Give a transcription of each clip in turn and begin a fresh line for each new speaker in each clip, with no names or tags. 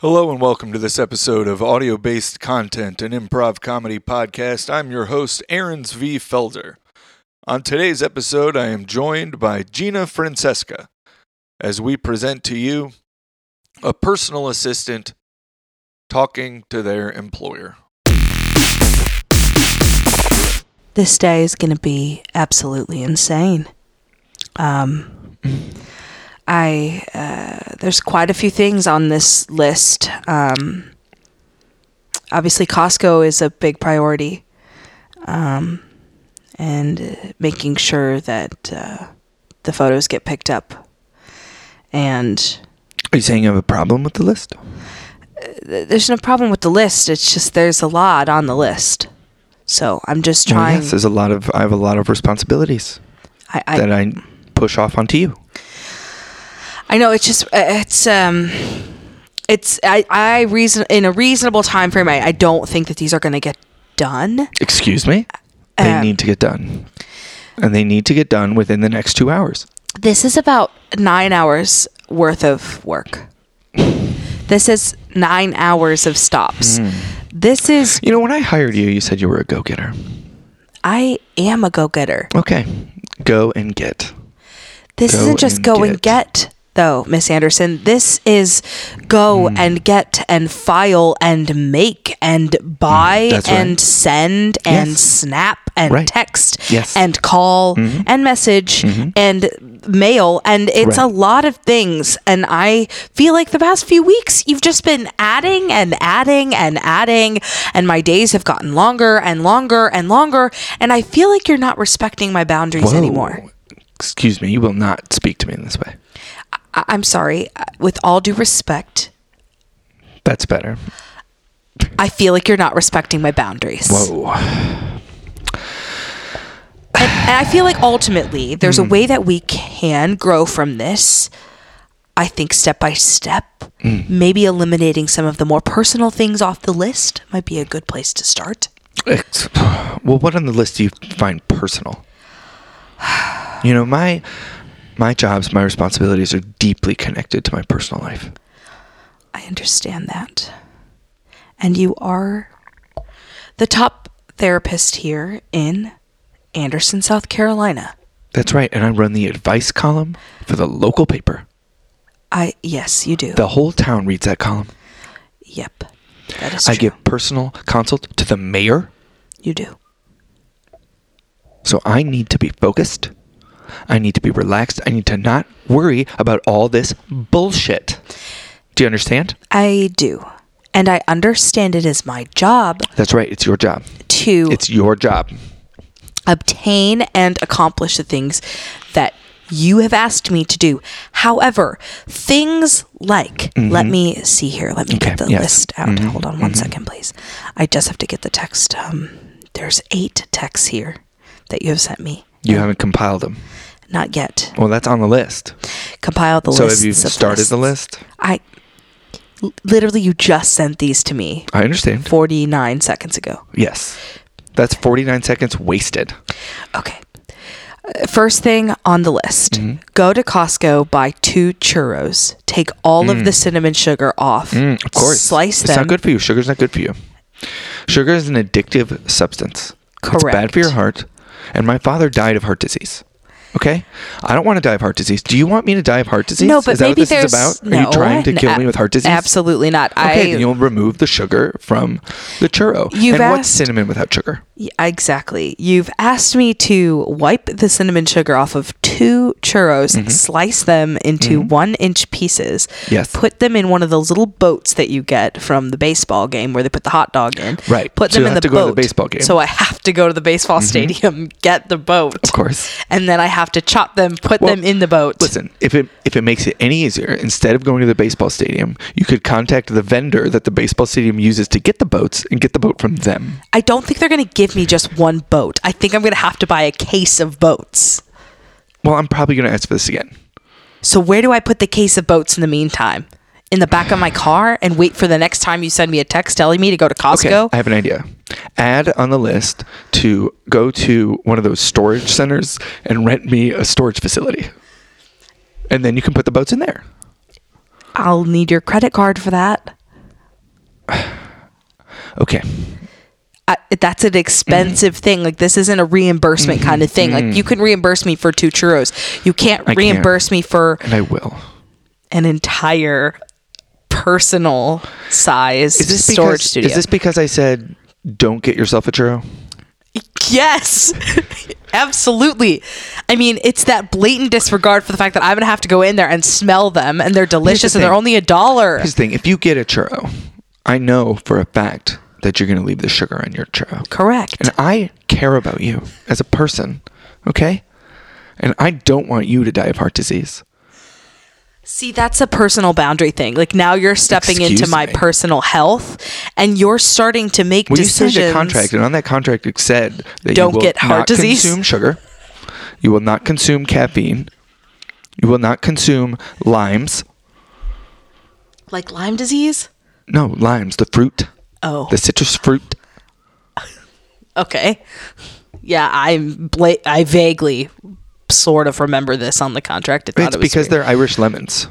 Hello and welcome to this episode of Audio Based Content, an improv comedy podcast. I'm your host, Aaron's V. Felder. On today's episode, I am joined by Gina Francesca as we present to you a personal assistant talking to their employer.
This day is going to be absolutely insane. Um, I uh, there's quite a few things on this list. Um, obviously, Costco is a big priority, um, and uh, making sure that uh, the photos get picked up. And
Are you saying you have a problem with the list?
th- there's no problem with the list. It's just there's a lot on the list, so I'm just
Well,
trying.
yes, there's a lot of I have a lot of responsibilities
I, I,
that I push off onto you.
I know it's just uh, it's um it's I I reason in a reasonable time frame I, I don't think that these are going to get done.
Excuse me. They
Um,
need to get done, and they need to get done within the next two hours.
This is about 9 hours worth of work. This is 9 hours of stops. This is
Hmm. You know, when I hired you, you said you were a go-getter.
I am a go-getter.
Okay, go and get.
This
Go
isn't just
and
go and get though, Miss Anderson. This is go
Hmm.
and get and file and make and buy
Hmm, that's right.
and send and
Yes.
snap and
Right.
text
Yes. Mm-hmm.
and call and message and mail and it's
Right.
a lot of things and I feel like the past few weeks you've just been adding and adding and adding and my days have gotten longer and longer and longer and I feel like you're not respecting my boundaries
Whoa.
anymore.
Excuse me. You will not speak to me in this way.
I- I'm sorry. uh, With all due respect,
That's better.
I feel like you're not respecting my boundaries.
Whoa.
And, and I feel like ultimately there's
Hmm.
a way that we can grow from this. I think step by step,
Hmm.
maybe eliminating some of the more personal things off the list might be a good place to start.
It's, well, what on the list do you find personal? You know, my my jobs, my responsibilities are deeply connected to my personal life.
I understand that. And you are the top therapist here in Anderson, South Carolina.
That's right, and I run the advice column for the local paper.
I yes, you do.
The whole town reads that column.
yep. That is
I
true.
give personal consult to the mayor,
you do.
so I need to be focused. I need to be relaxed. I need to not worry about all this bullshit. Do you understand?
I do. And I understand it is my job
That's right. It's your job.
to
It's your job.
obtain and accomplish the things that you have asked me to do. However, things like, let me see here, let me get
Mm-hmm. Okay,
the
yes. Mm-hmm.
list out. Hold on one second, please. I just have to get the text. Um, there's eight texts here that you have sent me.
You haven't compiled them.
Not yet.
Well, that's on the list.
Compile the list.
So have you started the list?
I literally, you just sent these to me
I understand.
49 seconds ago.
Yes. That's 49 seconds wasted.
Okay. Uh, First thing on the list
Mm-hmm.
go to Costco, buy two churros, take all of the cinnamon sugar off.
Mm. Of course.
Slice
it's
them.
not good for you. Sugar's not good for you. Sugar is an addictive substance. It's bad
Correct.
for your heart. And my father died of heart disease. Okay? I don't want to die of heart disease. Do you want me to die of heart disease?
No, but
is that
maybe
what this
there's.
is about? Are
no,
you trying to
n-
kill
ab-
me with heart disease?
Absolutely not.
Okay,
I
then you'll remove the sugar from the churro.
You've
and what's
asked-
cinnamon without sugar?
Y- exactly. You've asked me to wipe the cinnamon sugar off of two churros,
Mm-hmm.
slice them into one inch pieces,
Yes.
put them in one of those little boats that you get from the baseball game where they put the hot dog in.
Right.
Put
So
them
you'll
in
have
the
to go to
boat.
the baseball game. Mm-hmm.
So I have to go to the baseball stadium, get the boat.
Of course.
And then I have to chop them, put
Well,
them in the boat.
Listen, if it if it makes it any easier, instead of going to the baseball stadium, you could contact the vendor that the baseball stadium uses to get the boats and get the boat from them.
I don't think they're going to give me just one boat. I think I'm going to have to buy a case of boats.
Well, I'm probably going to ask for this again.
So where do I put the case of boats in the meantime? In the back of my car and wait for the next time you send me a text telling me to go to
Okay,
Costco?
I have an idea. Add on the list to go to one of those storage centers and rent me a storage facility. And then you can put the boats in there.
I'll need your credit card for that.
Okay.
I, that's an expensive thing. Like this isn't a reimbursement
Mm-hmm.
kind of thing. Like you can reimburse me for two churros. You can't
I can't.
reimburse me for
And I will.
an entire personal size
Is this
storage
because,
studio.
Is this because I said don't get yourself a churro?
Yes, absolutely. I mean, it's that blatant disregard for the fact that I'm gonna have to go in there and smell them, and they're delicious, and they're
thing.
only a dollar.
Here's the thing: if you get a churro, I know for a fact that you're going to leave the sugar on your churro.
Correct.
And I care about you as a person, okay? And I don't want you to die of heart disease.
See, that's a personal boundary thing. Like now you're stepping into
Excuse
my
me.
personal health, and you're starting to make
Well,
decisions.
you signed a contract, and on that contract it said that
Don't
you will
get heart
not
disease.
consume sugar, you will not consume caffeine, you will not consume limes.
like Lyme disease.
No, limes, the fruit,
Oh,
the citrus fruit.
okay. Yeah, I'm. Bla- I vaguely, sort of remember this on the contract. I thought
It's
it was
because
weird.
they're Irish lemons.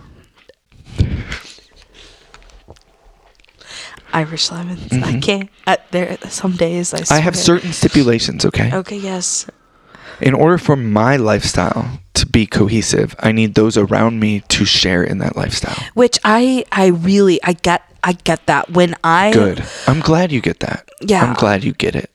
Irish lemons. I can't. I, there, some days I.
Mm-hmm. I have
swear.
certain stipulations, okay?
Okay. Yes.
In order for my lifestyle to be cohesive, I need those around me to share in that lifestyle.
Which I. I really. I get. I get that when I.
Good. I'm glad you get that.
Yeah.
I'm glad you get it.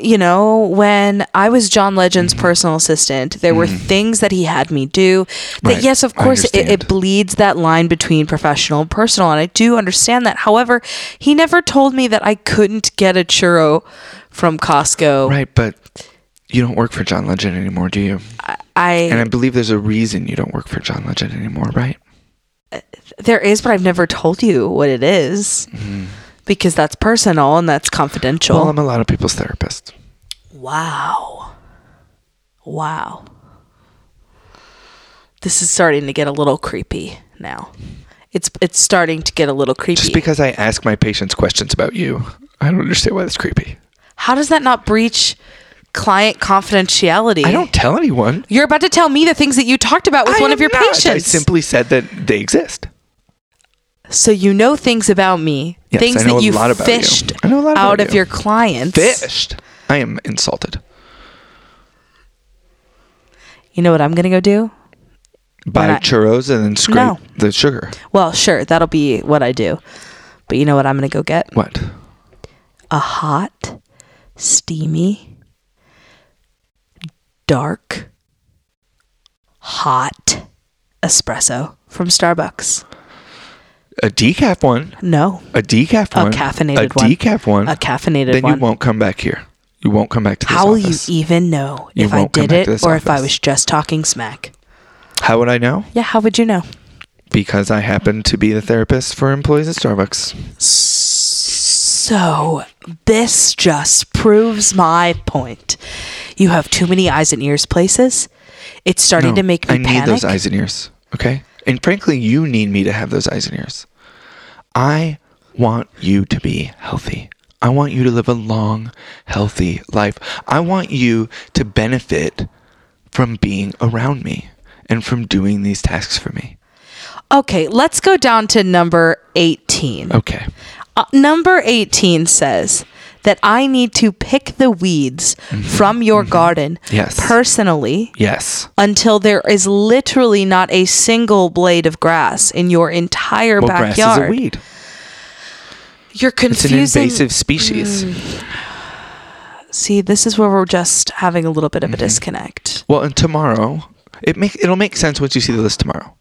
you know, when I was John Legend's personal assistant, there were things that he had me do that,
Mm. Right.
yes, of
I
course, it, it
understand.
bleeds that line between professional and personal. And I do understand that. However, he never told me that I couldn't get a churro from Costco.
Right, but you don't work for John Legend anymore, do you? And I
I,
believe there's a reason you don't work for John Legend anymore, right?
there is, but I've never told you what it is
Mm-hmm.
because that's personal and that's confidential.
Well, I'm a lot of people's therapist.
Wow. Wow. This is starting to get a little creepy now. It's it's starting to get a little creepy.
Just because I ask my patients questions about you, I don't understand why that's creepy.
How does that not breach client confidentiality?
I don't tell anyone.
You're about to tell me the things that you talked about with
I
one of
am
your
not. I
patients.
simply said that they exist.
so you know things about me,
Yes,
things
I know
that
a
you
lot about you.
fished
I know a lot about
out of
you.
your clients.
Fished. I am insulted
You know what I'm going to go do?
by
not-
churros and then scrape
No.
the sugar.
Well, sure, that'll be what I do. But you know what I'm going to go get?
What?
a hot, steamy, dark, hot espresso from Starbucks.
A decaf one.
No,
A decaf
a
one.
caffeinated
a
one.
decaf one.
A caffeinated
then
one.
you won't come back here. You won't come back to this
How will you
office.
even know
You
if I
won't come
did
back
it
to this
or if I
office.
was just talking smack?
How would I know?
Yeah, how would you know?
Because I happen to be the therapist for employees at Starbucks.
So, this just proves my point. You have too many eyes and ears places. It's starting
No,
to make me
I
panic.
need those eyes and ears. Okay? And frankly, you need me to have those eyes and ears. I want you to be healthy. I want you to live a long, healthy life. I want you to benefit from being around me and from doing these tasks for me.
Okay, let's go down to number 18.
Okay.
Uh, number 18 says that I need to pick the weeds from your garden
Mm-hmm. Yes.
personally
Yes.
until there is literally not a single blade of grass in your entire
Well,
backyard.
grass is a weed.
You're
It's
confusing.
an invasive species.
Mm. See, this is where we're just having a little bit of a
Mm-hmm.
disconnect.
Well, and tomorrow, it make it'll make sense once you see the list tomorrow.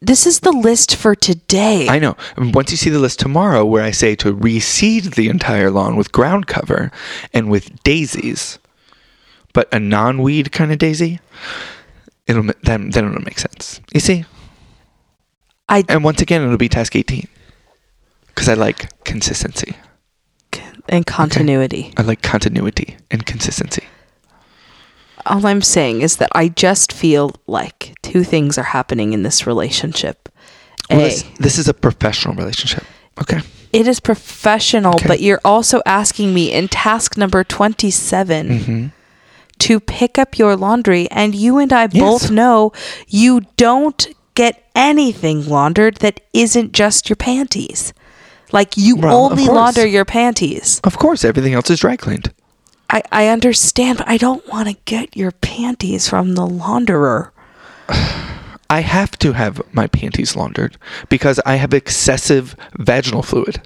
This is the list for today.
I know. And once you see the list tomorrow, where I say to reseed the entire lawn with ground cover and with daisies, but a non-weed kind of daisy, it'll ma- then then it'll make sense. You see.
I-
and once again, it'll be task eighteen because I like consistency.
and continuity.
I like continuity and consistency.
All I'm saying is that I just feel like two things are happening in this relationship.
Well,
A,
this, this is a professional relationship. Okay.
it is professional,
Okay.
but you're also asking me in task number 27
Mm-hmm.
to pick up your laundry. And you and I both know you don't get anything laundered that isn't just your panties. Like you
Well, of
only
course.
launder your panties.
Of course, everything else is dry cleaned.
I, I understand, but I don't want to get your panties from the launderer.
I have to have my panties laundered because I have excessive vaginal fluid.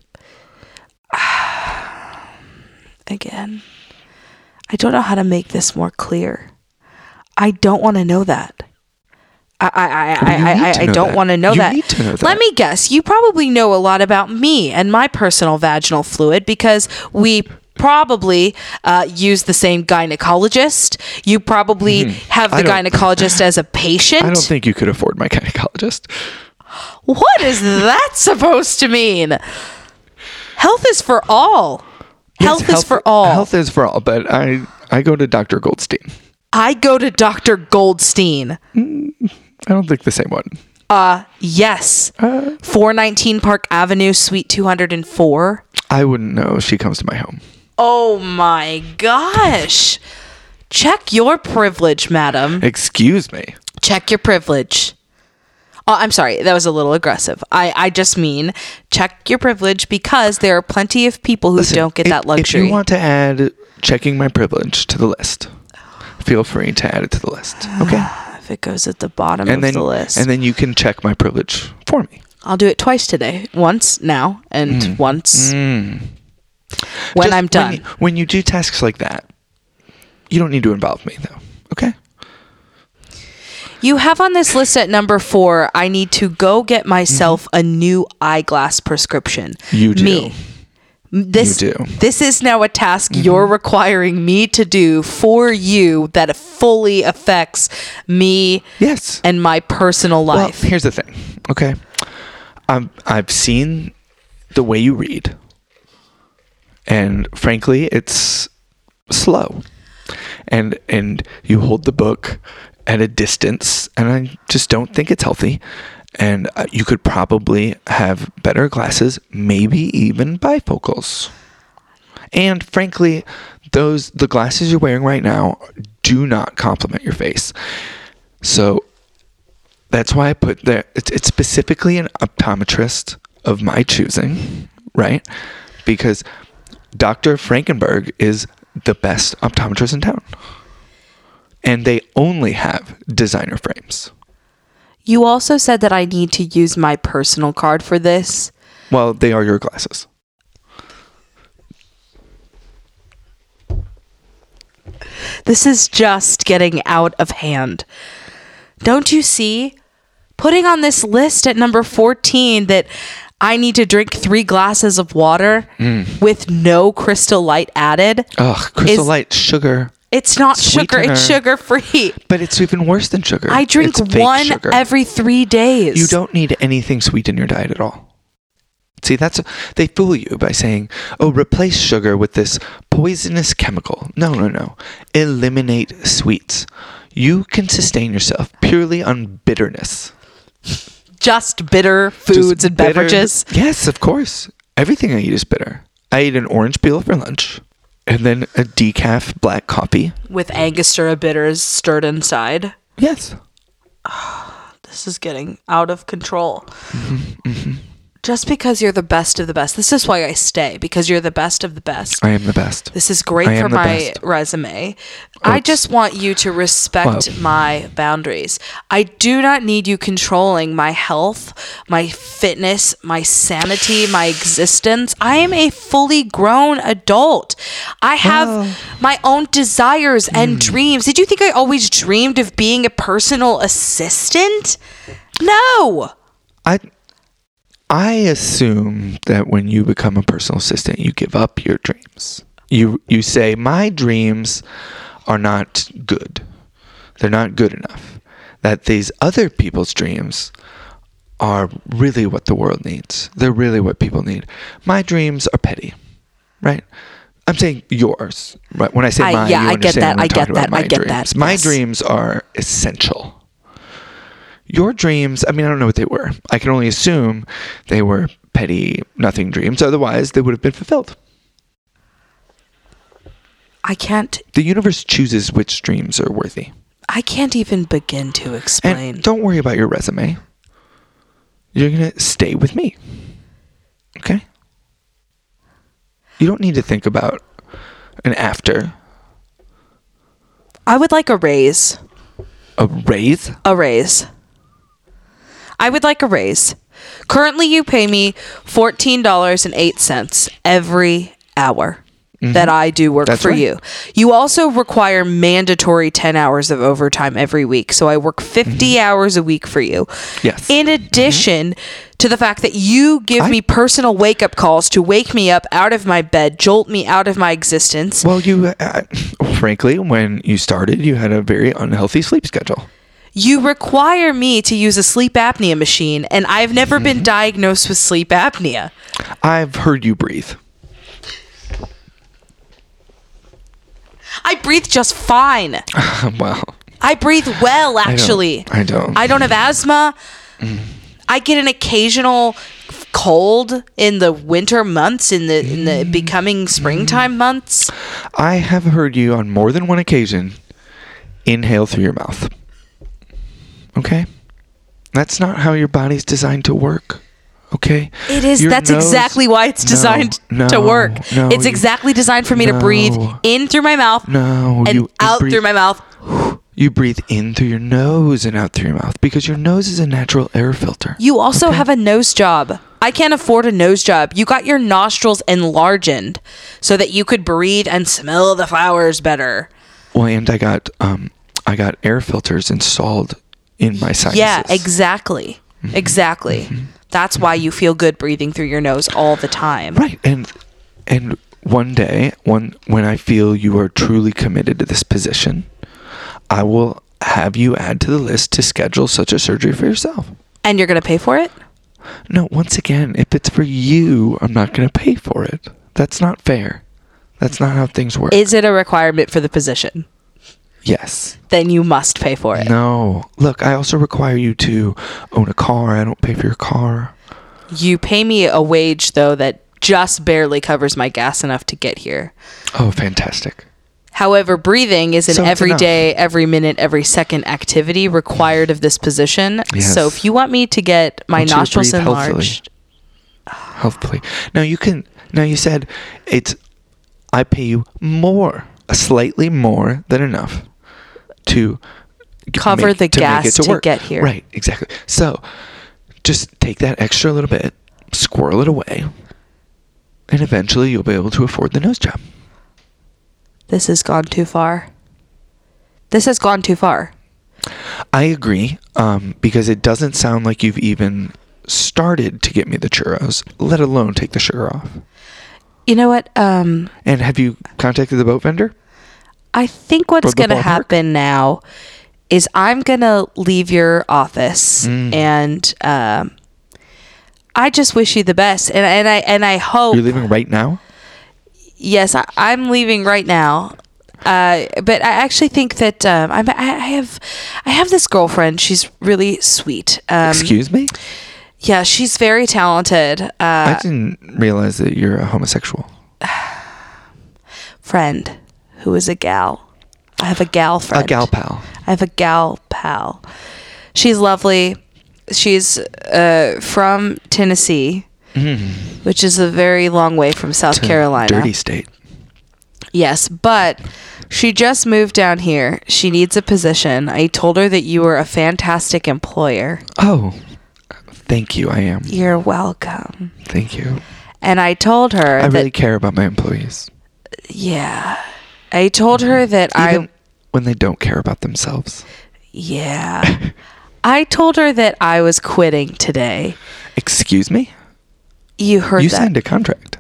Again, I don't know how to make this more clear. I don't want to know that. I I
Well, Oh, you
I,
need
I, I,
to
I
know
don't
that.
want to know
You
that.
need to know that.
Let me guess. You probably know a lot about me and my personal vaginal fluid because we probably uh, use the same gynecologist. You probably have
Mm-hmm. I
the
don't-
gynecologist as a patient.
I don't think you could afford my gynecologist.
What is that supposed to mean? Health is for all. health,
Yes,
is for all.
Health is for all, but I I go to Dr. Goldstein.
I go to Dr. Goldstein.
I don't think the same one.
Yes.
Uh.
419 Park Avenue, Suite 204.
I wouldn't know. She comes to my home.
Oh my gosh. Check your privilege, madam.
Excuse me.
Check your privilege. Oh, I'm sorry. That was a little aggressive. I, I just mean check your privilege because there are plenty of people who don't get
If-
that luxury.
If you want to add checking my privilege to the list, feel free to add it to the list. Okay.
if it goes at the bottom of
and then
Ah, the list.
and then you can check my privilege for me.
I'll do it twice today. Once now and once when
Mm. Just
I'm done.
you- When you, do tasks like that, you don't need to involve me though. Okay.
you have on this list at number four, I need to go get myself a new eyeglass prescription.
Mm-hmm. You do.
Me. M- This,
You do. Mm-hmm.
this is now a task you're requiring me to do for you that fully affects me
Yes.
and my personal
Well,
life.
here's the thing. Okay. Um, I've seen the way you read, and frankly, it's slow, and and you hold the book at a distance, and I just don't think it's healthy. And uh, you could probably have better glasses, maybe even bifocals. And frankly, those the glasses you're wearing right now do not complement your face. So that's why I put there. It's, it's specifically an optometrist of my choosing, right? Because Dr. Frankenberg is the best optometrist in town. And they only have designer frames.
you also said that I need to use my personal card for this.
Well, they are your glasses.
This is just getting out of hand. Don't you see? Putting on this list at number 14 that I need to drink three glasses of water
Mm.
with no crystal light added.
Ugh, crystal
Is-
light, sugar.
It's not sugar, it's sugar
Sweetener.
free.
But it's even worse than sugar.
I drink
It's fake
one
sugar.
every three days.
You don't need anything sweet in your diet at all. See, that's they fool you by saying, "Oh, replace sugar with this poisonous chemical." No, no, no. Eliminate sweets. You can sustain yourself purely on bitterness.
just bitter
Just
foods and
bitter-
beverages.
Yes, of course. Everything I eat is bitter. I eat an orange peel for lunch, and then a decaf black coffee.
With Angostura bitters stirred inside.
Yes.
This is getting out of control. Just because you're the best of the best. This is why I stay, because you're the best of the best.
I am the best.
This is great
I am
for
the
my
best.
resume. I just want you to respect
Wow.
my boundaries. I do not need you controlling my health, my fitness, my sanity, my existence. I am a fully grown adult. I have my own desires
Hmm.
and dreams. Did you think I always dreamed of being a personal assistant? No.
I I assume that when you become a personal assistant, you give up your dreams. You you say my dreams are not good. They're not good enough. That these other people's dreams are really what the world needs. They're really what people need. My dreams are petty, right? I'm saying yours. Right? When I say
I-
mine,
yeah,
you
I get
understand
that,
we're
I get
talking about
that, I
my
get that,
dreams. My
yes.
dreams are essential your dreams i mean i don't know what they were i can only assume they were petty nothing dreams otherwise they would have been fulfilled
I can't
the universe chooses which dreams are worthy
I can't even begin to explain.
and don't worry about your resume you're going to stay with me okay You don't need to think about an after.
I would like a raise.
A raise?
A raise. I would like a raise. Currently, you pay me $14.08 every hour that I do work
Mm-hmm. That's
for
right.
you. You also require mandatory 10 hours of overtime every week. So I work 50 hours a week for you.
Mm-hmm. Yes. Mm-hmm.
In addition to the fact that you give
I-
me personal wake up calls to wake me up out of my bed, jolt me out of my existence.
Well, you, uh, frankly, when you started, you had a very unhealthy sleep schedule.
You require me to use a sleep apnea machine, and I've never
Mm-hmm.
been diagnosed with sleep apnea.
I've heard you breathe.
I breathe just fine.
well,
I breathe well, actually.
I Mm-hmm. don't.
I don't have asthma. I get an occasional cold in the winter months, in the in
Mm-hmm.
the becoming springtime months.
I have heard you on more than one occasion inhale through your mouth. Okay? That's not how your body's designed to work. Okay?
It is.
Your
that's
nose-
exactly why it's
No,
designed to
no,
work.
no,
it's
you-
exactly designed for me to breathe
No.
in through my mouth
No,
and
you you
out
breathe-
through my mouth.
You breathe in through your nose and out through your mouth because your nose is a natural air filter.
You also have a nose job. I can't afford a nose job. You got your nostrils enlarged so that you could breathe and smell the flowers better.
well, and I got um, I got air filters installed in my sinuses.
Yeah, exactly. Exactly. Mm-hmm. That's why you feel good breathing through your nose all the time.
Right, and and one day, one when I feel you are truly committed to this position, I will have you add to the list to schedule such a surgery for yourself.
And you're going to pay for it?
No, once again, if it's for you, I'm not going to pay for it. That's not fair. That's not how things work.
Is it a requirement for the position?
yes.
Then you must pay for it.
No. Look, I also require you to own a car. I don't pay for your car.
You pay me a wage, though, that just barely covers my gas enough to get here.
Oh, fantastic.
However, breathing is an
So it's
every
enough.
day, every minute, every second activity required of this position.
Yes.
So if you want me to get my
Want you to
nostrils
breathe healthily.
enlarged,
Hopefully. Now you can now you said it's I pay you more, slightly more than enough to g-
Cover the
to
gas to get here.
Right, exactly. So just take that extra little bit, squirrel it away, and eventually you'll be able to afford the nose job.
this has gone too far. This has gone too far.
I agree um, because it doesn't sound like you've even started to get me the churros, let alone take the sugar off.
You know what? Um,
And have you contacted the boat vendor?
I think what's
Rub the
going to
ballpark.
happen now is I'm going to leave your office
Mm.
and um, I just wish you the best. And, and I and I hope
You're leaving right now?
yes, I, I'm leaving right now. Uh, but I actually think that um, I'm, I, I have, I have this girlfriend. She's really sweet. Um,
Excuse me?
yeah, she's very talented. Uh,
I didn't realize that you're a homosexual.
friend, who is a gal. I have a gal friend.
A gal pal.
I have a gal pal. She's lovely. She's uh, from Tennessee, which is a very long way from South Carolina.
Mm-hmm. Dirty state.
Yes, but she just moved down here. She needs a position. I told her that you were a fantastic employer.
Oh, thank you. I am.
You're welcome.
Thank you.
And I told her
I
that
really care about my employees.
yeah. I told her that
Even
I
when they don't care about themselves.
yeah. I told her that I was quitting today.
Excuse me?
You heard
You
that.
signed a contract.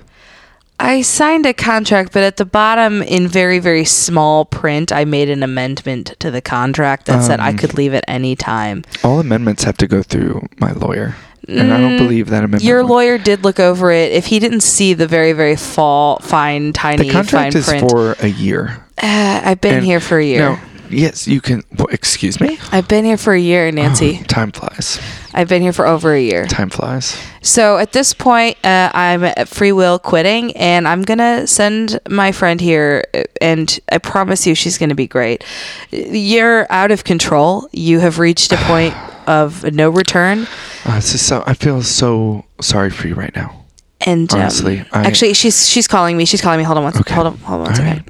I signed a contract, but at the bottom, in very, very small print, I made an amendment to the contract that said I
Um.
could leave at any time.
All amendments have to go through my lawyer. And I don't believe that amendment.
Mm, Your
went-
lawyer did look over it. If he didn't see the very, very fall, fine, tiny,
The contract
fine
is
print,
for a year.
Uh, I've been
And
here for a year.
Now, yes, you can. Well, excuse me.
I've been here for a year, Nancy.
Time flies.
I've been here for over a year.
Time flies.
So at this point, uh, I'm at free will quitting, and I'm gonna send my friend here, uh, and I promise you, she's gonna be great. You're out of control. You have reached a point of no return,
Uh, this is so. I feel so sorry for you right now.
And um,
Honestly, I-
actually, she's she's calling me. She's calling me. Hold on one.
Okay.
Hold on. Hold on one
All
second.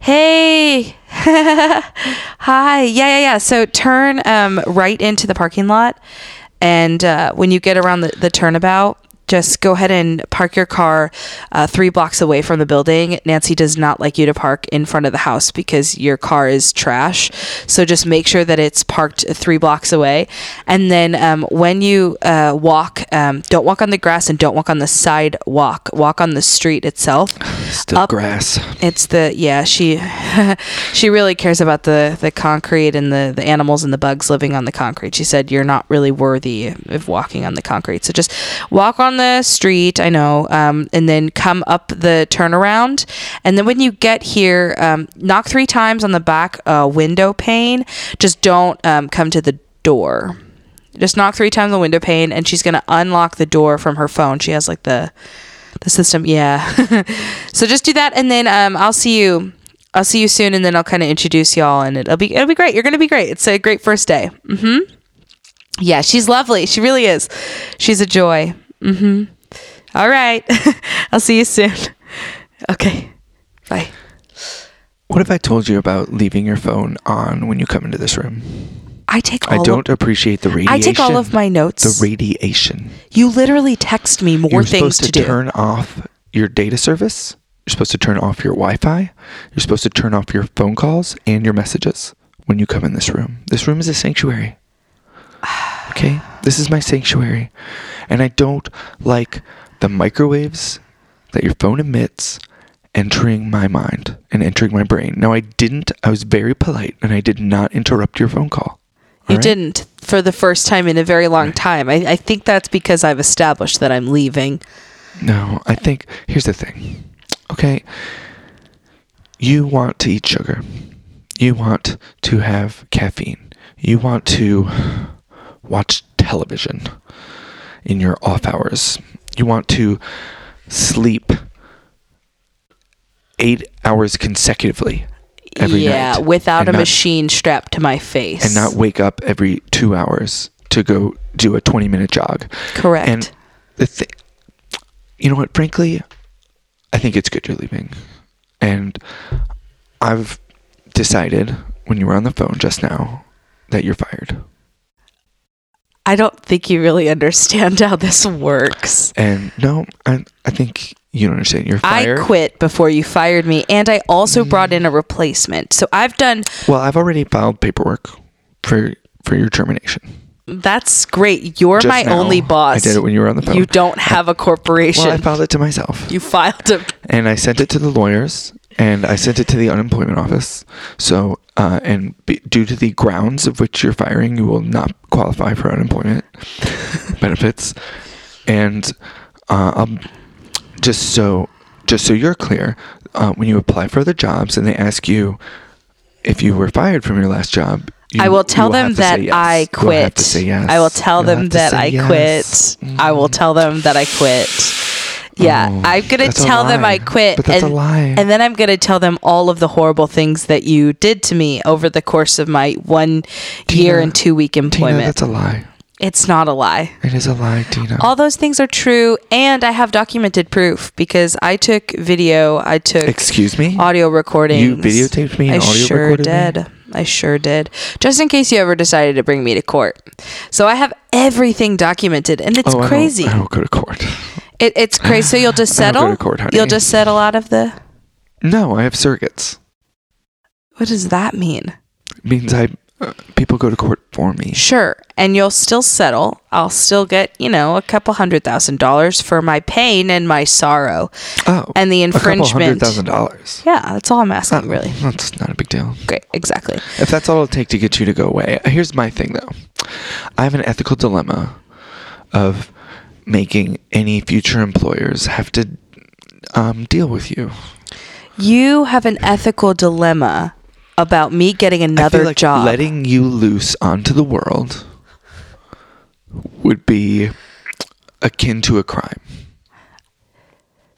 Hey, hi. Yeah, yeah, yeah. So turn um, right into the parking lot, and uh, when you get around the, the turnabout. Just go ahead and park your car uh, three blocks away from the building. Nancy does not like you to park in front of the house because your car is trash. So just make sure that it's parked three blocks away. And then um, when you uh, walk, um, don't walk on the grass and don't walk on the sidewalk. Walk on the street itself.
Still
Up-
grass.
It's the yeah she she really cares about the the concrete and the the animals and the bugs living on the concrete. She said you're not really worthy of walking on the concrete. So just walk on the street. I know, um, and then come up the turnaround, and then when you get here, um, knock three times on the back uh, window pane. Just don't um, come to the door. Just knock three times on the window pane, and she's gonna unlock the door from her phone. She has like the the system yeah so just do that and then um, i'll see you i'll see you soon and then i'll kind of introduce y'all and it'll be it'll be great you're gonna be great it's a great first day mm-hmm yeah she's lovely she really is she's a joy mm-hmm all right i'll see you soon okay bye
What if I told you about leaving your phone on when you come into this room?
i take all
I don't
of,
appreciate the radiation.
i take all of my
the
notes
radiation.
you literally text me more
You're
things
supposed
to,
to,
do
turn off your data service. You're supposed to turn off your Wi-Fi. You're supposed to turn off your phone calls and your messages when you come in this room. This room is a sanctuary. Okay? This is my sanctuary. And I don't like the microwaves that your phone emits entering my mind and entering my brain. Now I didn't I was very polite and I did not interrupt your phone call.
You
Alright?
didn't for the first time in a very long time. I, I think that's because I've established that I'm leaving.
No, I think here's the thing. Okay. You want to eat sugar. You want to have caffeine. You want to watch television in your off hours. You want to sleep 8 hours consecutively every
yeah,
night.
without
and
a
not-
machine strapped to my face.
and not wake up every 2 hours to go do a 20 minute jog.
correct.
And the thing, you know what? Frankly, I think it's good you're leaving. And I've decided when you were on the phone just now that you're fired.
I don't think you really understand how this works.
And no, I I think you don't understand. You're fired.
I quit before you fired me, and I
Mm.
also brought in a replacement. So I've done.
Well, I've already filed paperwork for for your termination.
That's great. You're
Just
my
now,
only boss.
I did it when you were on the phone.
you don't have a corporation.
well, I filed it to myself.
you filed a.
and I sent it to the lawyers and I sent it to the unemployment office. So, uh, and b- due to the grounds of which you're firing, you will not qualify for unemployment benefits. And uh, um, just so, just so you're clear, uh, when you apply for other jobs and they ask you if you were fired from your last job, you,
I will tell
you
them
have to
that
say yes.
I
You will have
quit.
to say yes.
I will tell
You'll
them
have to
that
say
I
yes. Mm.
quit. I will tell them that I quit. Yeah,
Oh,
I'm gonna
that's a
tell them I
lie.
quit,
But that's
and
a lie.
and then I'm gonna tell them all of the horrible things that you did to me over the course of my one year
Tina,
and two week
Tina,
employment.
that's a lie.
it's not a lie.
It is a lie, Tina.
All those things are true, and I have documented proof because I took video, I took
Excuse me?
audio recordings.
You videotaped me and
I
audio
sure
recorded me?
did. I sure did. Just in case you ever decided to bring me to court. So I have everything documented, and it's
Oh, I don't-
crazy.
I don't, go to court.
It, it's crazy. So you'll just
I don't go
settle.
to court, honey.
You'll just settle out of the.
No, I have surrogates.
What does that mean?
It means I uh, people go to court for me.
Sure, and you'll still settle. I'll still get you know a couple hundred thousand dollars for my pain and my sorrow
Oh,
and the
a couple hundred
infringement.
thousand dollars.
Yeah, that's all I'm asking.
Not-
Really
That's not a big deal.
great. Exactly.
If that's all it'll take to get you to go away, here's my thing though. I have an ethical dilemma of making any future employers have to um, deal with you.
You have an ethical dilemma about me getting
I feel
another
like
job.
Letting you loose onto the world would be akin to a crime.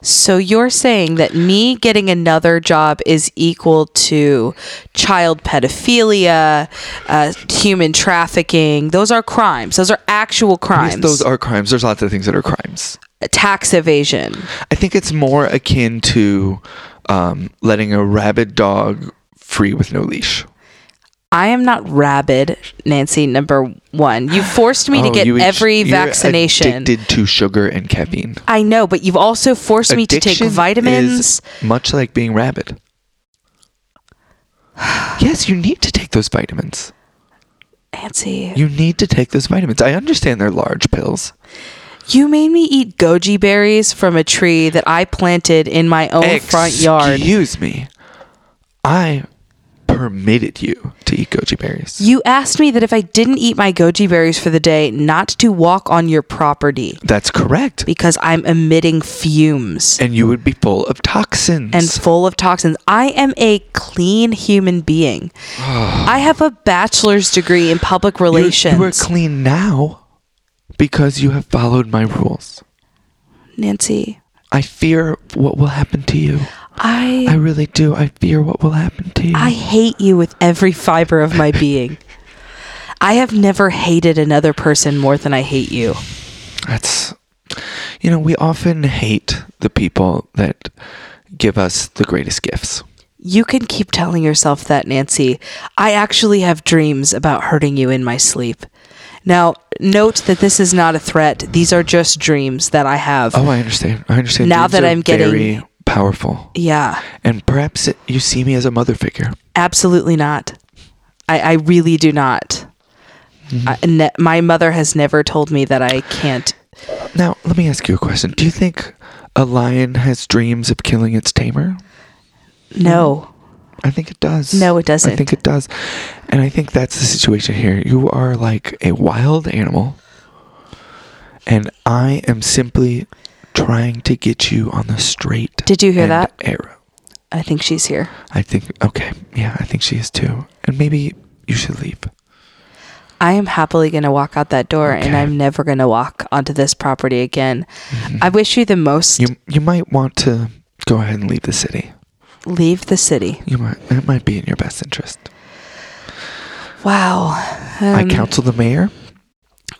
So you're saying that me getting another job is equal to child pedophilia, uh, human trafficking. Those are crimes. Those are actual
Yes,
crimes.
Those are crimes. There's lots of things that are crimes.
tax evasion.
I think it's more akin to um, letting a rabid dog free with no leash.
I am not rabid, Nancy. Number one, you forced me to
Oh,
get
you ex-
every
you're
vaccination.
Addicted to sugar and caffeine.
I know, but you've also forced me to take
Addiction is
vitamins.
much like being rabid. yes, you need to take those vitamins.
Nancy, you,
You need to take those vitamins. I understand they're large pills.
made me eat goji berries from a tree that I planted in my own front yard.
Excuse me. I permitted you to eat goji berries.
You asked me that if I didn't eat my goji berries for the day, not to walk on your property
That's correct.
because I'm emitting fumes
And you would be full of toxins.
and full of toxins. I am a clean human being. I have a bachelor's degree in public
You-
relations.
You are clean now because you have followed my rules.
Nancy,
I fear what will happen to you.
I
I really do. I fear what will happen to you.
I hate you with every fiber of my being. I have never hated another person more than I hate you.
That's, you know, we often hate the people that give us the greatest gifts.
You can keep telling yourself that, Nancy. I actually have dreams about hurting you in my sleep. Now, note that this is not a threat. These are just dreams that I have.
Oh, I understand. I understand.
Now
Dreams
that
are
I'm getting-
very powerful,
Yeah,
and perhaps it, you see me as a mother figure.
absolutely not. I, I really do not.
Mm-hmm.
I, ne- my mother has never told me that I can't.
Now, let me ask you a question. Do you think a lion has dreams of killing its tamer?
No.
I think it does.
No, it
I
doesn't.
think it does. And I think that's the situation here. You are like a wild animal, and I am simply trying to get you on the straight.
Did you hear
and
that?
Arrow.
I think she's here.
I think. Okay. Yeah, I think she is too. And maybe you should leave.
I am happily going to walk out that door and
Okay. Mm-hmm.
I'm never going to walk onto this property again. I wish you the most
You you might want to go ahead and leave the city.
leave the city.
You might. It might be in your best interest.
Wow.
I
Um,
counsel the mayor.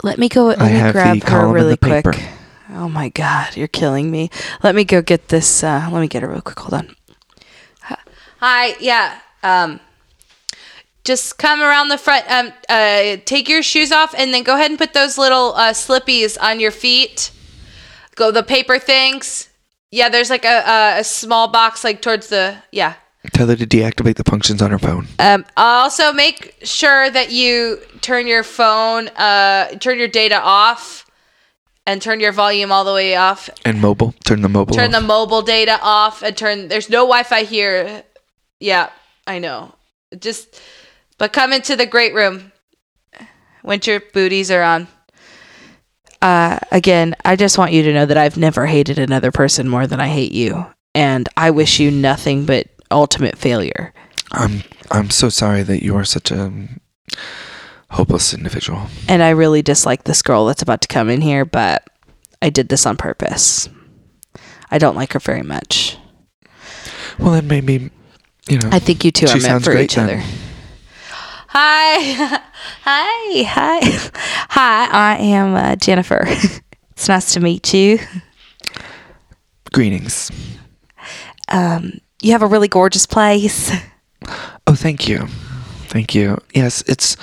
Let me go. Let
I
me
have
grab
the
her
column in
really
the
quick.
paper.
Oh my God, you're killing me. Let me go get this. Uh, let me get her real quick. Hold on. Hi. Yeah. Um. Just come around the front. Um. Uh. Take your shoes off, and then go ahead and put those little uh, slippies on your feet. Go the paper things. Yeah. There's like a a, a small box like towards the yeah.
Tell her to deactivate the functions on her phone.
Um, also, make sure that you turn your phone, uh, turn your data off, and turn your volume all the way off.
And mobile. Turn the mobile.
Turn the
off.
mobile data off, and turn. There's no Wi-Fi here. Yeah, I know. Just, but come into the great room. Winter booties are on.
uh, again, I just want you to know that I've never hated another person more than I hate you. And I wish you nothing but ultimate failure.
I'm I'm so sorry that you are such a um, hopeless individual.
And I really dislike this girl that's about to come in here, but I did this on purpose. I don't like her very much.
Well, then maybe you know.
I think you two
She
are meant
sounds
for
great
each
then.
other.
Hi, hi.
hi. Hi, I am uh, Jennifer. it's nice to meet you.
Greetings.
Um, you have a really gorgeous place.
Oh, thank you, thank you. Yes, it's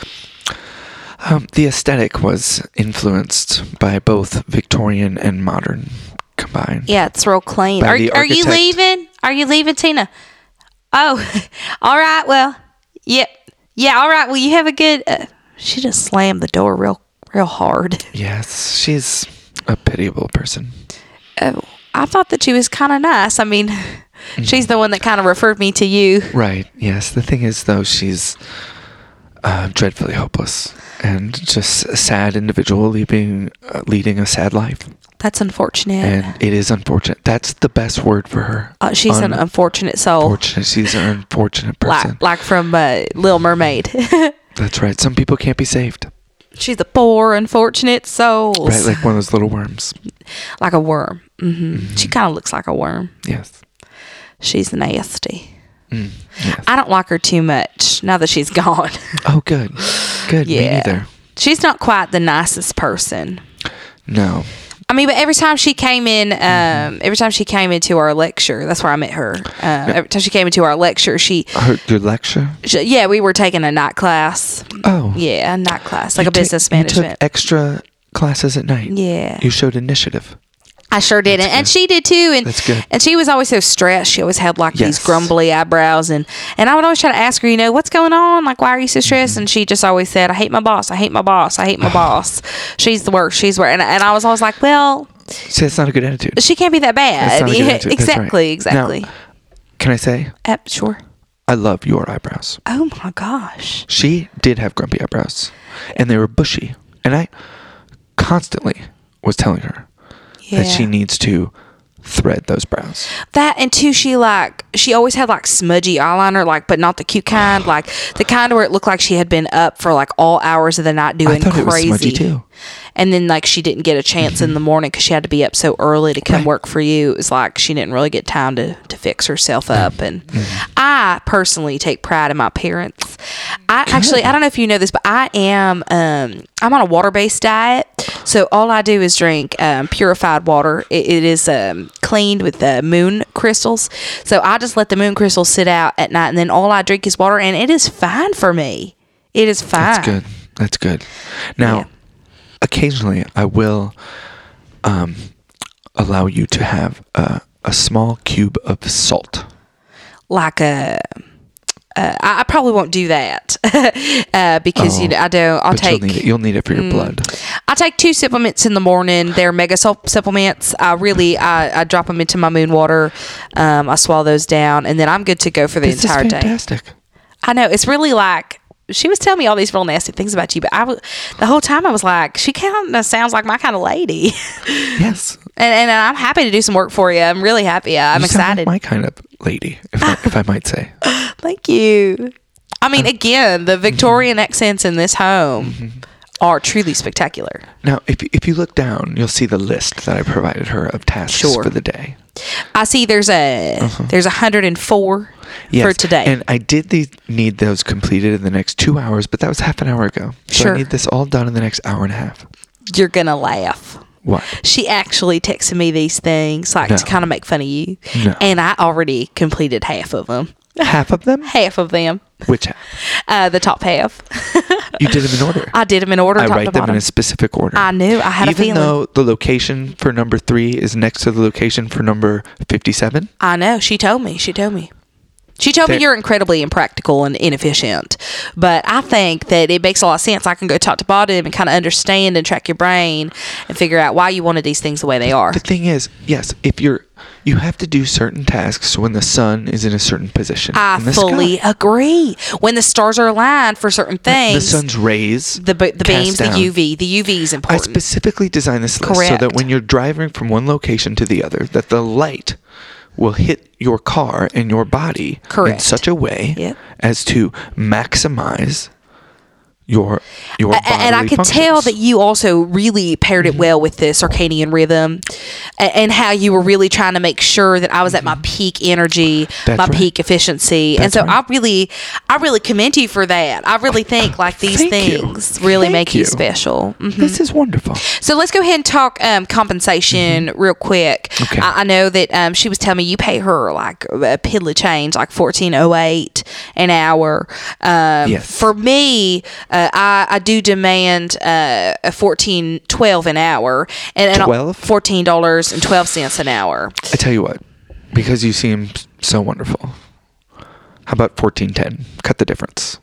um, the aesthetic was influenced by both Victorian and modern combined.
Yeah, it's real clean.
By
Are,
the
are you
architect.
leaving? Are you leaving, Tina? Oh, all right. Well,
Yep.
yeah. All right. Well, you have a good. Uh,
She just slammed the door real, real hard.
Yes, she's a pitiable person.
Oh, I thought that she was kind of nice. I mean,
Mm-hmm.
she's the one that kind of referred me to you.
Right. Yes. The thing is, though, she's uh, dreadfully hopeless and just a sad individual leading uh, leading a sad life.
That's unfortunate.
And it is unfortunate. That's the best word for her.
uh, she's an unfortunate soul,
unfortunate. She's an unfortunate person.
like like from uh, Little Mermaid.
That's right. Some people can't be saved.
she's a poor, unfortunate soul,
Right, like one of those little worms.
like a worm. hmm
Mm-hmm.
She kind of looks like a worm.
Yes.
She's nasty.
Mm, yes.
I don't like her too much now that she's gone.
Oh, good. Good.
Yeah.
Me neither.
she's not quite the nicest person.
No.
I mean, but every time she came in,
Mm-hmm.
um, every time she came into our lecture, that's where I met her. Uh, Every time she came into our lecture, she,
Her, your lecture?
she, yeah, we were taking a night class.
Oh.
Yeah, a night class, like
You
a business
took- You
management.
took extra classes at night.
yeah,
You showed initiative.
I sure did, and, and she did too. And
That's good.
and she was always so stressed. She always had like
Yes.
these grumbly eyebrows, and and I would always try to ask her, you know, what's going on? Like, why are you so
Mm-hmm.
stressed? And she just always said, I hate my boss. I hate my boss. I hate my boss. She's the worst. She's the worst. And, and I was always like, well,
See, that's not a good attitude.
she can't be that bad.
That's not a good
Yeah,
attitude. That's right.
exactly,
Now-
exactly.
Can I say?
Ep- sure.
I love your eyebrows.
Oh my gosh.
She did have grumpy eyebrows, and they were bushy. And I constantly was telling her
Yeah.
that she needs to thread those brows.
That and two, she like she always had like smudgy eyeliner, like but not the cute kind, like the kind where it looked like she had been up for like all hours of the night doing
I thought
crazy.
it was smudgy too.
And then like she didn't get a chance in the morning because she had to be up so early to come
Mm-hmm. Right.
work for you. It was like she didn't really get time to to fix herself
Mm-hmm.
up. And I personally take pride in my parents. I actually I don't know if you know this, but I am um I'm on a water based diet, so all I do is drink um, purified water. It, it is um cleaned with the moon crystals, so I just let the moon crystals sit out at night, and then all I drink is water, and it is fine for me. It is fine.
That's good. That's good.
Ah.
Now,
Yeah.
occasionally I will um, allow you to have a, a small cube of salt.
like a. Uh, I, I probably won't do that uh, because you
Oh,
know I don't. I'll
but
take Mm,
you'll need it. You'll need it for your blood.
I take two supplements in the morning. They're mega sup- supplements. I really I, I drop them into my moon water. Um, I swallow those down and then I'm good to go for the
This is
entire day.
fantastic.
I know it's really like she was telling me all these real nasty things about you, but I was the whole time I was like, she kind of sounds like my kind of lady,
Yes,
and, and I'm happy to do some work for you. I'm really happy. I'm
You sound like
excited.
my kind of lady, if I, if I might say.
Thank you. I mean, again, the Victorian accents in this home
Mm-hmm.
are truly spectacular.
Now, if if you look down, you'll see the list that I provided her of tasks
Sure.
for the day.
I see there's a there's 104 for today.
Uh-huh. And I did the, need those completed in the next two hours, but that was half an hour ago. So
Sure.
I need this all done in the next hour and a half.
You're gonna laugh.
What?
She actually texted me these things like to
No.
kind of make fun of you,
No.
and I already completed half of them.
half of them?
Half of them,
Which half?
uh, the top half.
You did them in order.
I did them in order.
I
top to
write them
bottom.
in a specific order.
I knew. I had a
Even
feeling.
though the location for number three is next to the location for number 57,
I know. She told me. She told me. She told
There-
me you're incredibly impractical and inefficient, but I think that it makes a lot of sense. I can go top to bottom and kind of understand and track your brain and figure out why you wanted these things the way they are.
the thing is, yes, if you're, you have to do certain tasks when the sun is in a certain position.
I
in the
Ah, fully
sky.
agree. When the stars are aligned for certain
The
things,
sun's rays.
the, b- the
cast
beams,
down.
the UV, the UV is
I
important.
specifically designed this list so that
Correct.
when you're driving from one location to the other, that the light will hit your car and your body in
Correct.
such a way
Yep.
as to maximize your your
A- and I
bodily
could
functions. Mm-hmm.
tell that you also really paired it well with the circadian rhythm a- and how you were really trying to make sure that I was at my peak energy,
Mm-hmm. That's
my
right.
peak efficiency. and
That's
so
right.
I really I really commend you for that. I really think like these
Thank you.
things really
Thank
make you,
you.
special. Mhm.
this is wonderful.
So let's go ahead and talk um, compensation real quick.
Mm-hmm. Okay.
I, I know that um, she was telling me you pay her like a piddly change, like fourteen oh eight an hour. Um,
Yes.
For me, uh, I, I do demand uh, a fourteen twelve an hour, and, and I'll-
Twelve?
fourteen dollars and twelve cents an hour.
I tell you what, because you seem so wonderful. How about fourteen ten? Cut the difference.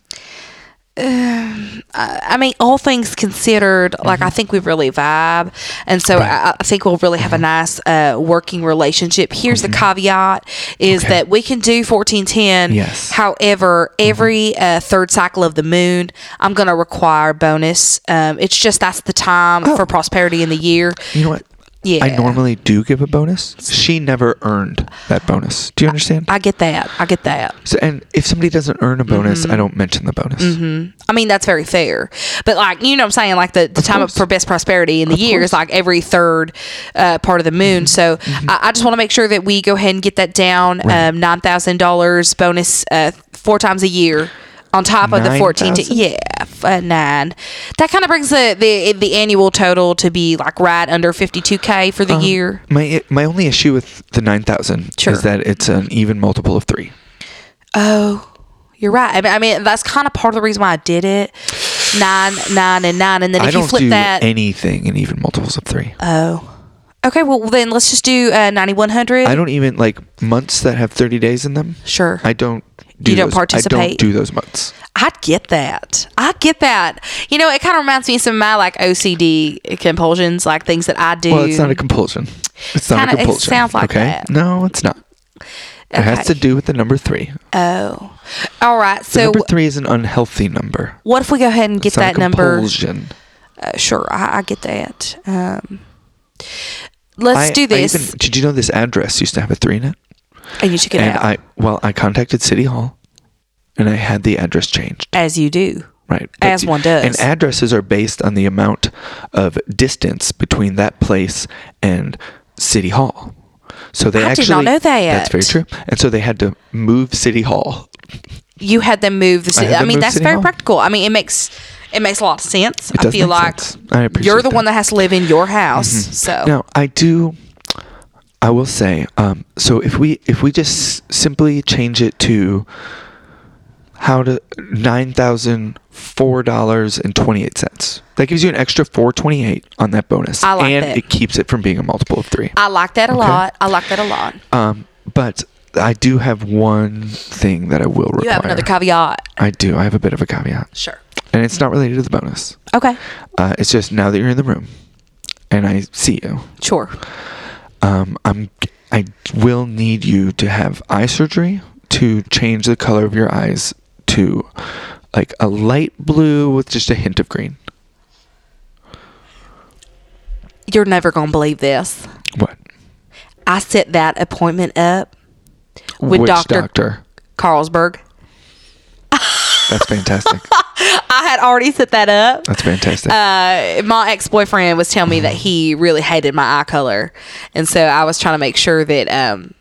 I mean, all things considered, like
Mm-hmm.
I think we really vibe, and so I, I think we'll really
Mm-hmm.
have a nice uh, working relationship. Here's the caveat: is
Okay.
that we can do fourteen ten.
Yes. Mm-hmm.
However, every uh, third cycle of the moon, I'm going to require bonus. Um, it's just that's the time
Oh.
for prosperity in the year.
You know what?
Yeah.
I normally do give a bonus. She never earned that bonus. Do you understand?
I get that. I get that.
So, and if somebody doesn't earn a bonus,
Mm-hmm.
I don't mention the bonus.
I mean, that's very fair. But like, you know what I'm saying? Like the, the time
course.
for best prosperity in the year is like every third uh, part of the
Mm-hmm.
moon. So I, I just want to make sure that we go ahead and get that down. Um, $9,000 bonus uh, four times a year. on top of the 14 to,
9,000?
yeah f- uh, nine that kind of brings the, the the annual total to be like right under 52k for the
Um,
year
My my only issue with the nine thousand
Sure.
is that it's an even multiple of three.
oh you're right i mean, I mean that's kind of part of the reason why i did it nine nine and nine and then
I
if you
don't
flip
do
that
anything in even multiples of three.
oh okay well then let's just do uh 9100
I don't even like months that have thirty days in them.
sure
I don't. Do
You don't
those- I
participate?
don't do those months.
I get that. I get that. You know, it kind of reminds me of some of my like OCD compulsions, like things that I do.
Well, it's not a compulsion. It's not
Kinda-
a
it
compulsion.
sounds like
okay?
that.
No, it's not. It has
Okay.
to do with the number three.
Oh, all right.
The
So,
number three is an unhealthy number.
what if we go ahead and get
It's not
that
a
number?
compulsion.
Uh, sure, I, I get that. Um, let's
I- I
do this.
even- did you know this address used to have a three in it?
and you took it
and
out
I well, I contacted City Hall, and I had the address changed.
as you do.
Right,
As one does.
And addresses are based on the amount of distance between that place and City Hall. So they
I did
actually
not know that
That's very true.
yet.
And so they had to move City Hall.
You had them move the.
I
City.
had
I,
them
mean,
move
that's
City
very
Hall.
practical. I mean, it makes it makes a lot of sense.
It
I
does
feel
make
like
sense. I appreciate
you're the
that. Mm-hmm.
one that has to live in your house. So,
Now I do. I will say. Um, so if we if we just simply change it to how to nine thousand four dollars and twenty eight cents, that gives you an extra four twenty eight on that bonus,
I like
and
that.
it keeps it from being a multiple of three.
I like that a
Okay.
lot. I like that a lot.
Um, but I do have one thing that I will require.
You have another caveat.
I do. I have a bit of a caveat,
Sure.
and it's not related to the bonus.
Okay.
Uh, it's just now that you're in the room, and I see you.
Sure.
Um, I'm. I will need you to have eye surgery to change the color of your eyes to like a light blue with just a hint of green.
You're never going to believe this.
What?
I set that appointment up with
Which
Dr.
doctor?
Carlsberg.
That's fantastic.
I had already set that up.
That's fantastic.
Uh, my ex boyfriend was telling me that he really hated my eye color. And so I was trying to make sure that um,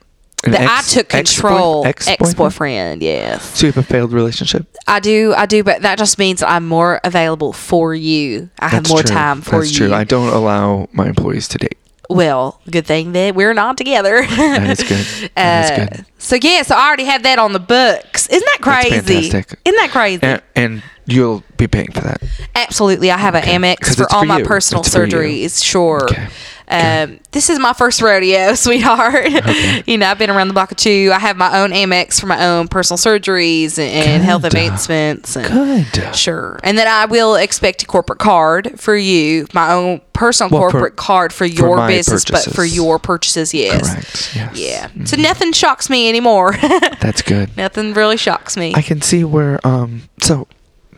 An
that
ex-
I took
ex-boy-
control.
ex-boyfriend?
Ex boyfriend, yes.
so you have a failed relationship.
I do, I do, but that just means I'm more available for you. I have
That's
more
true.
time for
That's
you.
true. I don't allow my employees to date.
well, good thing that we're not together. Uh,
That is good. That is good.
So yeah, so I already had that on the books. Isn't that
That's
crazy?
fantastic.
Isn't that crazy?
And, and you'll be paying for that.
Absolutely, I have
Okay.
an Amex
'Cause
for
it's
all
for
my
you.
personal
It's for you.
surgeries. Sure.
Okay.
Um, this is my first rodeo, sweetheart. you know, I've been around the block of two. I have my own Amex for my own personal surgeries and, and health
Good.
advancements. And
Good.
Sure. And then I will expect a corporate card for you, my own personal
Well, for-
corporate card for your
my
business, but for
purchases.
your purchases, yes.
Correct. Yes.
Yeah. So nothing shocks me anymore.
That's good.
Nothing really shocks me.
I can see where. Um. So,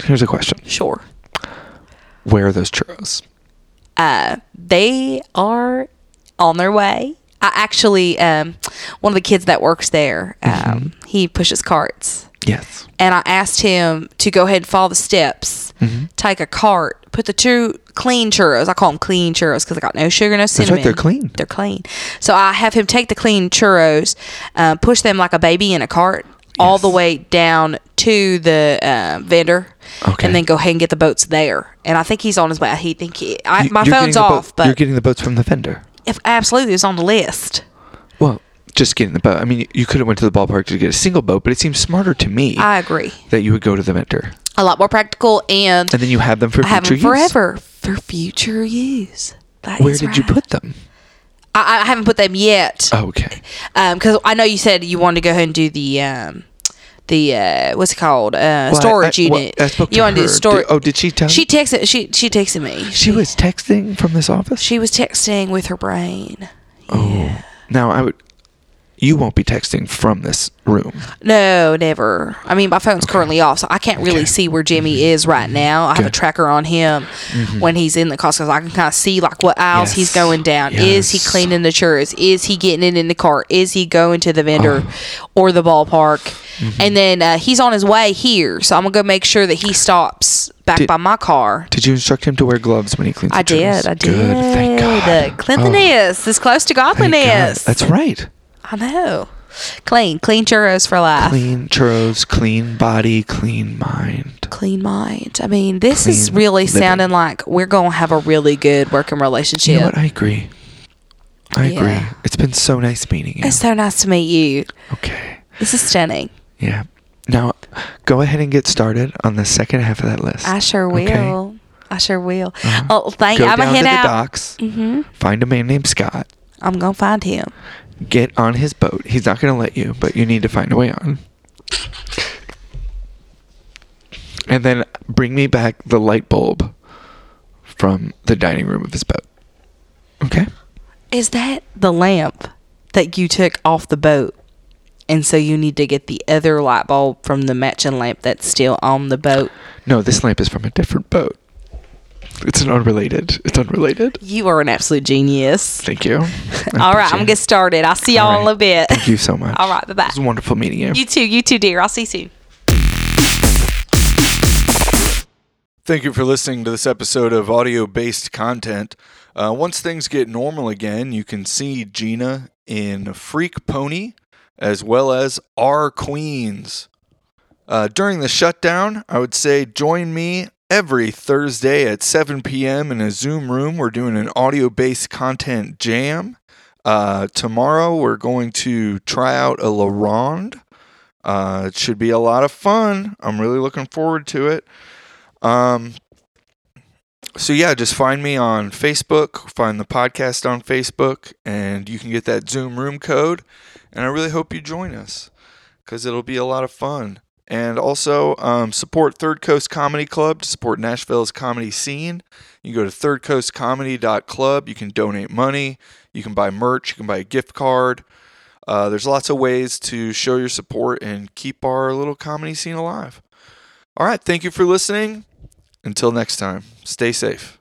here's a question.
sure.
Where are those churros?
Uh, they are on their way. I actually, um, one of the kids that works there, um, he pushes carts.
Yes.
And I asked him to go ahead and follow the steps,
Mm-hmm.
take a cart, put the two clean churros. I call them clean churros because I got no sugar, no
That's
cinnamon.
right. They're clean.
They're clean. So I have him take the clean churros, uh, push them like a baby in a cart all the way down to the uh, vendor,
Okay.
and then go ahead and get the boats there. And I think he's on his way. He think he, I,
You-
my
you're getting
phone's
the boat-
off, but
you're getting the boats from the vendor.
if absolutely it's on the list.
Well, just getting the boat. I mean, you could have went to the ballpark to get a single boat, but it seems smarter to me
I agree.
that you would go to the vendor
A lot more practical, and,
and then you have them for
I have
future
them
use.
forever for future use. That
Where
is
did you
right.
put them?
I, I haven't put them yet
Oh, okay.
because I know you said you wanted to go ahead and do the um, the uh, what's it called uh,
Well, I-
storage
I- well,
unit.
I spoke
you
to
want to do
her.
storage?
Did- oh, did she tell
She
you?
texted. She she texted me.
She was texting from this office.
she was texting with her brain.
Oh. Now I would. You won't be texting from this room.
No, never. I mean, my phone's currently off, so I can't really
Okay.
see where Jimmy is right now. I have a
Okay. Mm-hmm.
tracker on him when he's in the Costco. So I can kind of see like what aisles he's
Yes.
going down. Is he
Yes.
cleaning the churros? Is he getting it in the cart? Is he going to the vendor
Ah.
or the ballpark?
Mm-hmm.
And then uh, he's on his way here, so I'm gonna go make sure that he stops back
Did-
by my car.
Did you instruct him to wear gloves when he cleans?
I
the churros?
did. I did.
Good. Thank God.
Uh, cleanliness is close to
Oh, thank God.
godliness.
That's right.
I know. Clean, clean churros for life. Clean,
Clean churros, clean body, clean mind.
mind. I mean, this is
Clean
really
living.
sounding like we're gonna have a really good working relationship.
You know what? I agree. I
Yeah.
agree. It's been so nice meeting you.
It's so nice to meet you.
okay.
This is stunning.
Yeah. Now, go ahead and get started on the second half of that list.
I sure will.
Okay.
I sure will.
Uh-huh.
Oh, thank
go
you. I'm
down
gonna
to
head
the
out.
docks.
hmm
Find a man named Scott.
I'm gonna find him.
Get on his boat. He's not going to let you, but you need to find a way on. And then bring me back the light bulb from the dining room of his boat. Okay?
Is that the lamp that you took off the boat? And so you need to get the other light bulb from the matching lamp that's still on the boat.
No, this lamp is from a different boat. It's an unrelated. It's unrelated.
You are an absolute genius.
Thank you.
All right, I'm gonna get started. I'll see y'all all
All
in a little bit.
Thank you so much.
All right, bye
It was
bye.
wonderful meeting you.
You too, you too, dear. I'll see you soon.
Thank you for listening to this episode of audio based content. Uh, once things get normal again, you can see Gina in Freak Pony as well as Our Queens. Uh, during the shutdown, I would say join me every Thursday at 7 p.m. in a Zoom room. We're doing an audio based content jam. Uh, tomorrow, we're going to try out a La Ronde. Uh, it should be a lot of fun. I'm really looking forward to it. Um, so yeah, just find me on Facebook, find the podcast on Facebook, and you can get that Zoom room code. And I really hope you join us because it'll be a lot of fun. And also um, support Third Coast Comedy Club to support Nashville's comedy scene. You can go to thirdcoastcomedy.club. You can donate money. You can buy merch. You can buy a gift card. Uh, there's lots of ways to show your support and keep our little comedy scene alive. All right. Thank you for listening. Until next time, stay safe.